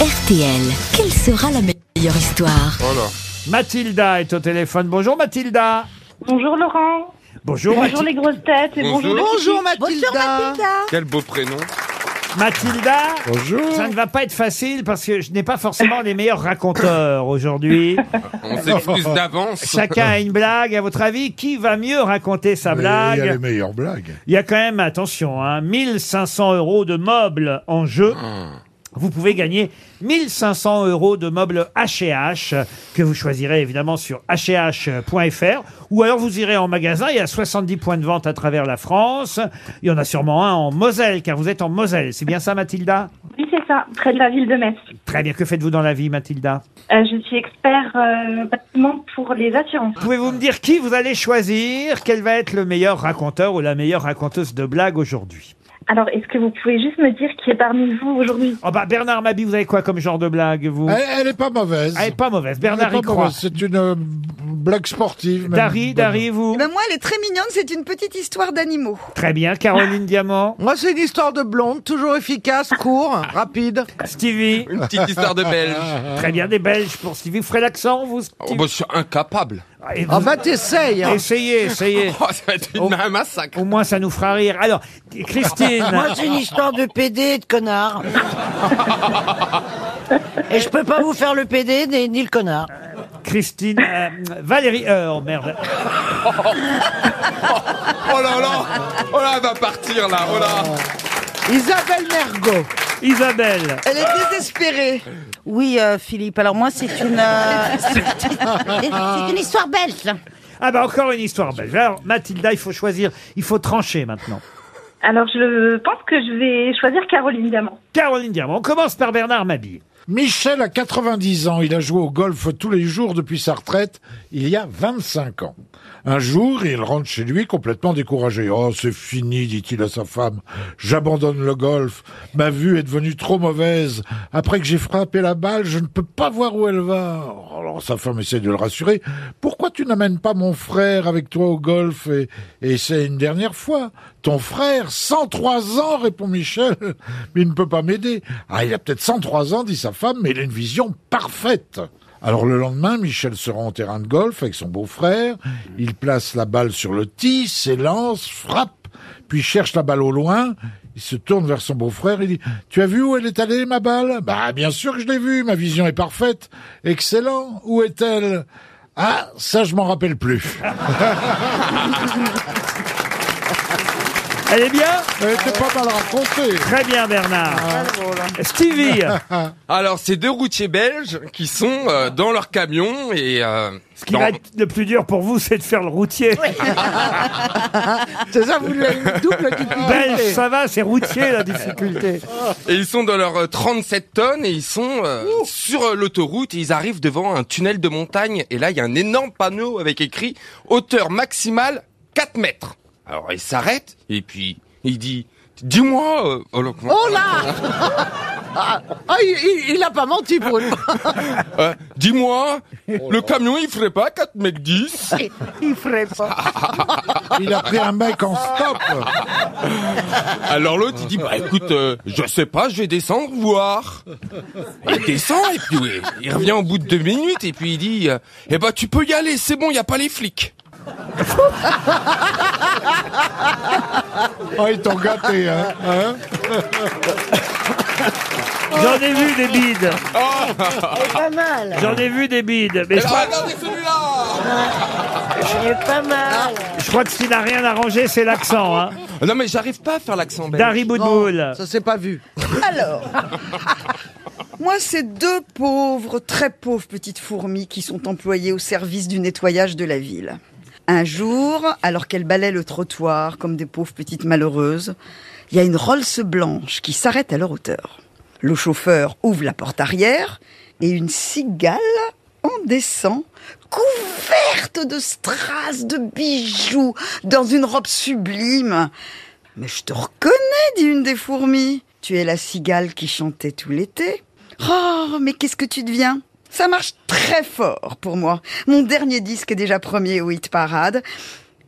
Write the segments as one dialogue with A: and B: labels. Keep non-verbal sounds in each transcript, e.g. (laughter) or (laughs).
A: RTL. Quelle sera la meilleure histoire
B: Mathilda est au téléphone. Bonjour Mathilda.
C: Bonjour Laurent.
B: Bonjour,
C: Bonjour
B: Mathi-
C: les grosses têtes et bonjour. les critiques.
D: Quel beau prénom.
B: Mathilda.
E: Bonjour.
B: Ça ne va pas être facile parce que je n'ai pas forcément les meilleurs raconteurs aujourd'hui.
D: On
B: (laughs)
D: s'excuse d'avance.
B: Chacun a une blague. À votre avis, qui va mieux raconter sa blague
E: Il y a les meilleures blagues.
B: Il y a quand même, attention, hein, 1500 euros de meubles en jeu. Vous pouvez gagner 1500 euros de meubles H&H que vous choisirez évidemment sur hh.fr ou alors vous irez en magasin. Il y a 70 points de vente à travers la France. Il y en a sûrement un en Moselle car vous êtes en Moselle. C'est bien ça, Mathilda
C: Oui, c'est ça, près de la ville de Metz.
B: Très bien. Que faites-vous dans la vie, Mathilda
C: Euh, je suis expert euh, bâtiment pour les assurances.
B: Pouvez-vous me dire qui vous allez choisir Quel va être le meilleur raconteur ou la meilleure raconteuse de blagues aujourd'hui
C: Alors, est-ce que vous pouvez juste me dire qui est parmi vous aujourd'hui
B: Oh bah Bernard Mabi, vous avez quoi comme genre de blague vous
E: Elle, elle est pas mauvaise.
B: Elle est pas mauvaise.
E: Elle est
B: Eh, Bernard
E: pas
B: y croit.
E: mauvaise. C'est une euh, blague sportive. même.
B: Dari, Dari, vous
F: Eh ben, moi, elle est très mignonne, c'est une petite histoire d'animaux.
B: Très bien. Caroline Diamant,
G: Moi, c'est une histoire de blonde, toujours efficace,
F: (laughs)
G: court, rapide.
B: Stevie.
D: Une petite histoire de Belge.
B: (laughs) Très bien, des Belges pour Stevie. Vous ferez l'accent, vous, Stevie
D: Oh, bah, je suis incapable.
B: Et vous-
G: Ah bah, t'essayes. hein.
B: Essayez, essayez.
D: Oh, ça va être une- un massacre.
B: Au moins, ça nous fera rire. Alors,
E: (laughs)
B: Christine.
H: Moi, c'est une histoire de PD et de
G: (laughs)
H: connard. Et je peux pas vous faire le PD ni, ni le connard.
B: Christine. euh, Valérie. euh, oh merde.
D: Oh là là. Oh là, elle va partir là. Oh là.
G: Isabelle Mergot.
B: Isabelle.
F: Elle est désespérée.
H: Oui, euh, Philippe. Alors moi, c'est une, euh, c'est une histoire belge. là.
B: Ah bah encore une histoire belge. Alors Mathilda, il faut choisir, il faut trancher maintenant.
C: Alors, je pense que je vais choisir Caroline Diamant.
B: Caroline Diamant, on commence par Bernard Mabille.
E: Michel a 90 ans. Il a joué au golf tous les jours depuis sa retraite il y a 25 ans. Un jour, il rentre chez lui complètement découragé. Oh, c'est fini, dit-il à sa femme. J'abandonne le golf. Ma vue est devenue trop mauvaise. Après que j'ai frappé la balle, je ne peux pas voir où elle va. Alors sa femme essaie de le rassurer. Pourquoi tu n'amènes pas mon frère avec toi au golf et, et c'est une dernière fois Ton frère, 103 ans, répond Michel. Mais il ne peut pas m'aider. Ah, il a peut-être 103 ans, dit sa femme, mais il a une vision parfaite. Alors le lendemain, Michel se rend au terrain de golf avec son beau-frère. Il place la balle sur le tee, s'élance, frappe, puis cherche la balle au loin. Il se tourne vers son beau-frère et dit Tu as vu où elle est allée, ma balle Bah, bien sûr que je l'ai vue, ma vision est parfaite. Excellent, où est-elle Ah, ça, je m'en rappelle plus.
B: Elle est bien
E: Elle était pas mal racontée.
B: Très bien Bernard. Stevie,
D: Alors, c'est deux routiers belges qui sont euh, dans leur camion et. euh,
B: ce qui va
D: dans-
B: être le plus dur pour vous, c'est de faire le routier.
G: (laughs) C'est ça, vous lui avez une double
B: Belge,
G: difficulté.
B: Ben, ça va, c'est routier la difficulté.
D: Et ils sont dans leur euh, 37 tonnes et ils sont euh, sur euh, l'autoroute et ils arrivent devant un tunnel de montagne et là il y a un énorme panneau avec écrit hauteur maximale 4 mètres. Alors ils s'arrêtent et puis il dit dis-moi euh, oh, là, comment-
G: Oh là Ah, ah, il, il- il a pas menti pour une fois.
D: euh, dis-moi le camion il ferait pas 4 mètres 10
G: Il ferait pas.
E: Il a pris un mec en stop.
D: Alors l'autre il dit bah écoute euh, je sais pas je vais descendre voir. Il descend et puis euh, il revient au bout de deux minutes et puis il dit euh, eh ben tu peux y aller c'est bon il y a pas les flics.
E: Oh, ils t'ont gâté, hein, hein
B: J'en ai vu des bides,
G: Oh.
H: Pas mal.
B: j'en ai vu des bides, mais je crois,
D: regardez celui-là
H: Pas mal.
B: je crois que ce qui n'a rien arrangé, c'est l'accent. Hein.
D: Non mais j'arrive pas à faire l'accent belge.
B: Dari Boudboul.
G: Ça s'est pas vu.
F: Alors, moi, c'est deux pauvres, très pauvres petites fourmis qui sont employées au service du nettoyage de la ville. Un jour, alors qu'elles balaient le trottoir comme des pauvres petites malheureuses, il y a une Rolls blanche qui s'arrête à leur hauteur. Le chauffeur ouvre la porte arrière et une cigale en descend, couverte de strass, de bijoux, dans une robe sublime. Mais je te reconnais, dit une des fourmis. Tu es la cigale qui chantait tout l'été. Oh, mais qu'est-ce que tu deviens Ça marche très fort pour moi. Mon dernier disque est déjà premier au hit parade.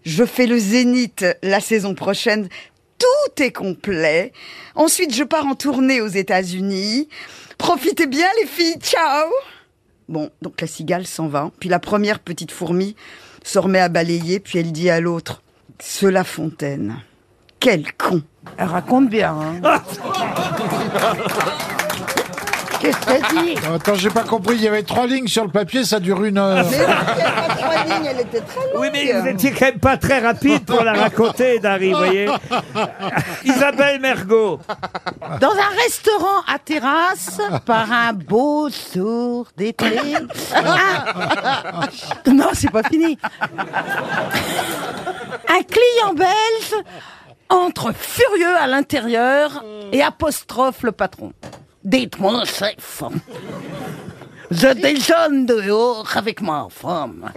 F: Je fais le zénith la saison prochaine. Tout est complet. Ensuite, je pars en tournée aux États-Unis. Profitez bien, les filles. Ciao. Bon, donc la cigale s'en va. Puis la première petite fourmi se remet à balayer, puis elle dit à l'autre Cela fontaine. Quel con
H: Elle raconte bien.
F: (laughs)
H: Hein. Qu'est-ce que t'as dit
E: Attends, j'ai pas compris. Il y avait trois lignes sur le papier, ça dure une heure.
F: Mais oui, il y a pas trois lignes, elle était très longue.
B: Oui, mais vous étiez quand même pas très rapide pour la raconter, Dari, vous
G: (laughs)
B: voyez. Isabelle Mergot.
H: Dans un restaurant à terrasse, par un beau sourd d'été. Ah non, c'est pas fini. Un client belge entre furieux à l'intérieur et apostrophe le patron. Dites-moi, chef. Je déjeune dehors avec ma femme.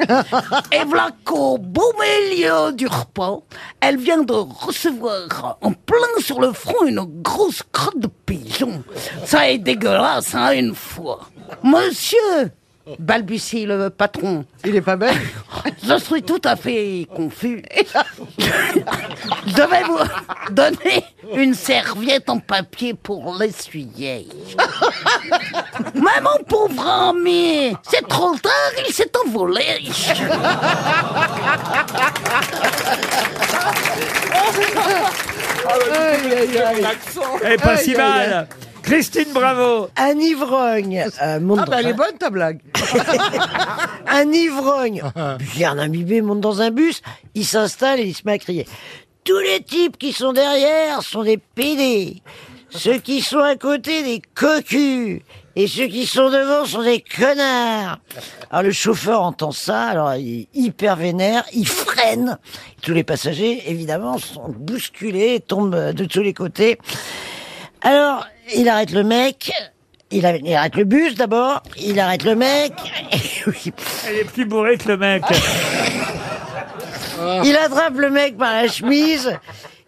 H: Et voilà qu'au beau milieu du repas, elle vient de recevoir en plein sur le front une grosse crotte de pigeon. Ça est dégueulasse, hein, une fois. Monsieur, balbutie le patron,
G: Il est pas belle.
H: je suis tout à fait confus. Je vais vous donner une serviette en papier pour l'essuyer. Mais mon pauvre ami, c'est trop tard, il s'est envolé.
B: Et pas si
G: Aïe, aïe, aïe.
B: mal. Christine Bravo.
I: Un ivrogne, euh, monte
G: Ah
I: dans
G: bah elle
I: un-
G: est bonne ta blague.
I: (laughs) un ivrogne, bien imbibé, monte dans un bus, il s'installe et il se met à crier. Tous les types qui sont derrière sont des PD. Ceux qui sont à côté, des cocus. Et ceux qui sont devant sont des connards. Alors le chauffeur entend ça, alors il est hyper vénère, il freine. Tous les passagers, évidemment, sont bousculés, tombent de tous les côtés. Alors, il arrête le mec. Il, a- il arrête le bus d'abord, il arrête le mec, (laughs) et oui.
B: Elle est plus bourrée que le mec.
I: il attrape le mec par la chemise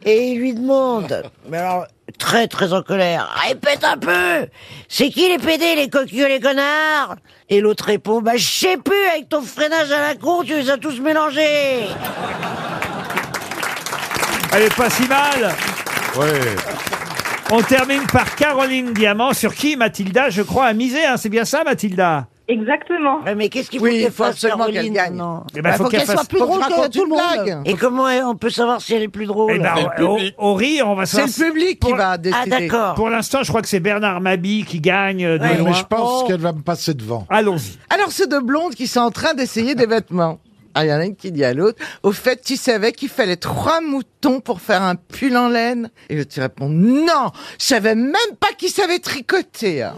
I: et il lui demande, mais alors très très en colère, répète un peu, c'est qui les PD, les cocus, les connards Et l'autre répond, bah je sais plus, avec ton freinage à la con, tu les as tous mélangés.
B: Elle est pas si mal.
E: Ouais.
B: On termine par Caroline Diamant, sur qui Mathilda, je crois, a misé. hein. C'est bien ça, Mathilda
C: Exactement.
I: Ouais, mais qu'est-ce qu'il faut
G: Oui,
I: qu'elle
G: faut
I: fasse,
G: absolument qu'elle
I: Caroline,
G: gagne.
I: maintenant
B: Eh ben,
H: Faut qu'elle soit plus
G: Bah, Faut que je
H: drôle que
G: raconte
H: tout
G: une
H: le monde.
G: blague.
I: Et comment on peut savoir si elle est plus drôle
B: Eh ben,
D: C'est le
B: on,
D: public.
B: on- on rit, on va
G: C'est
B: savoir.
G: le public qui
B: Pour-
G: va décider.
I: Ah d'accord.
B: Pour l'instant, je crois que c'est Bernard Mabi qui gagne euh, de
I: Ouais,
B: loin.
E: Mais je pense
I: Oh.
E: qu'elle va me passer devant.
B: Allons-y.
G: Alors, c'est deux blondes qui sont en train d'essayer des vêtements. Ah, il y en a une qui dit à l'autre, au fait, tu savais qu'il fallait trois moutons pour faire un pull en laine Et l'autre qui répond, non, je savais même pas qu'il savait tricoter. hein.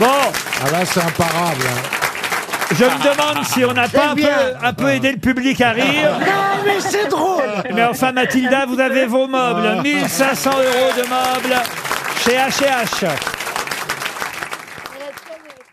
B: Bon,
E: Ah là, c'est imparable. hein.
B: je me demande si on n'a pas un peu,
G: bien.
B: un peu aidé le public à rire.
I: Non mais c'est drôle
B: Mais enfin, Mathilda, vous avez vos meubles. 1500 euros de meubles chez H&H.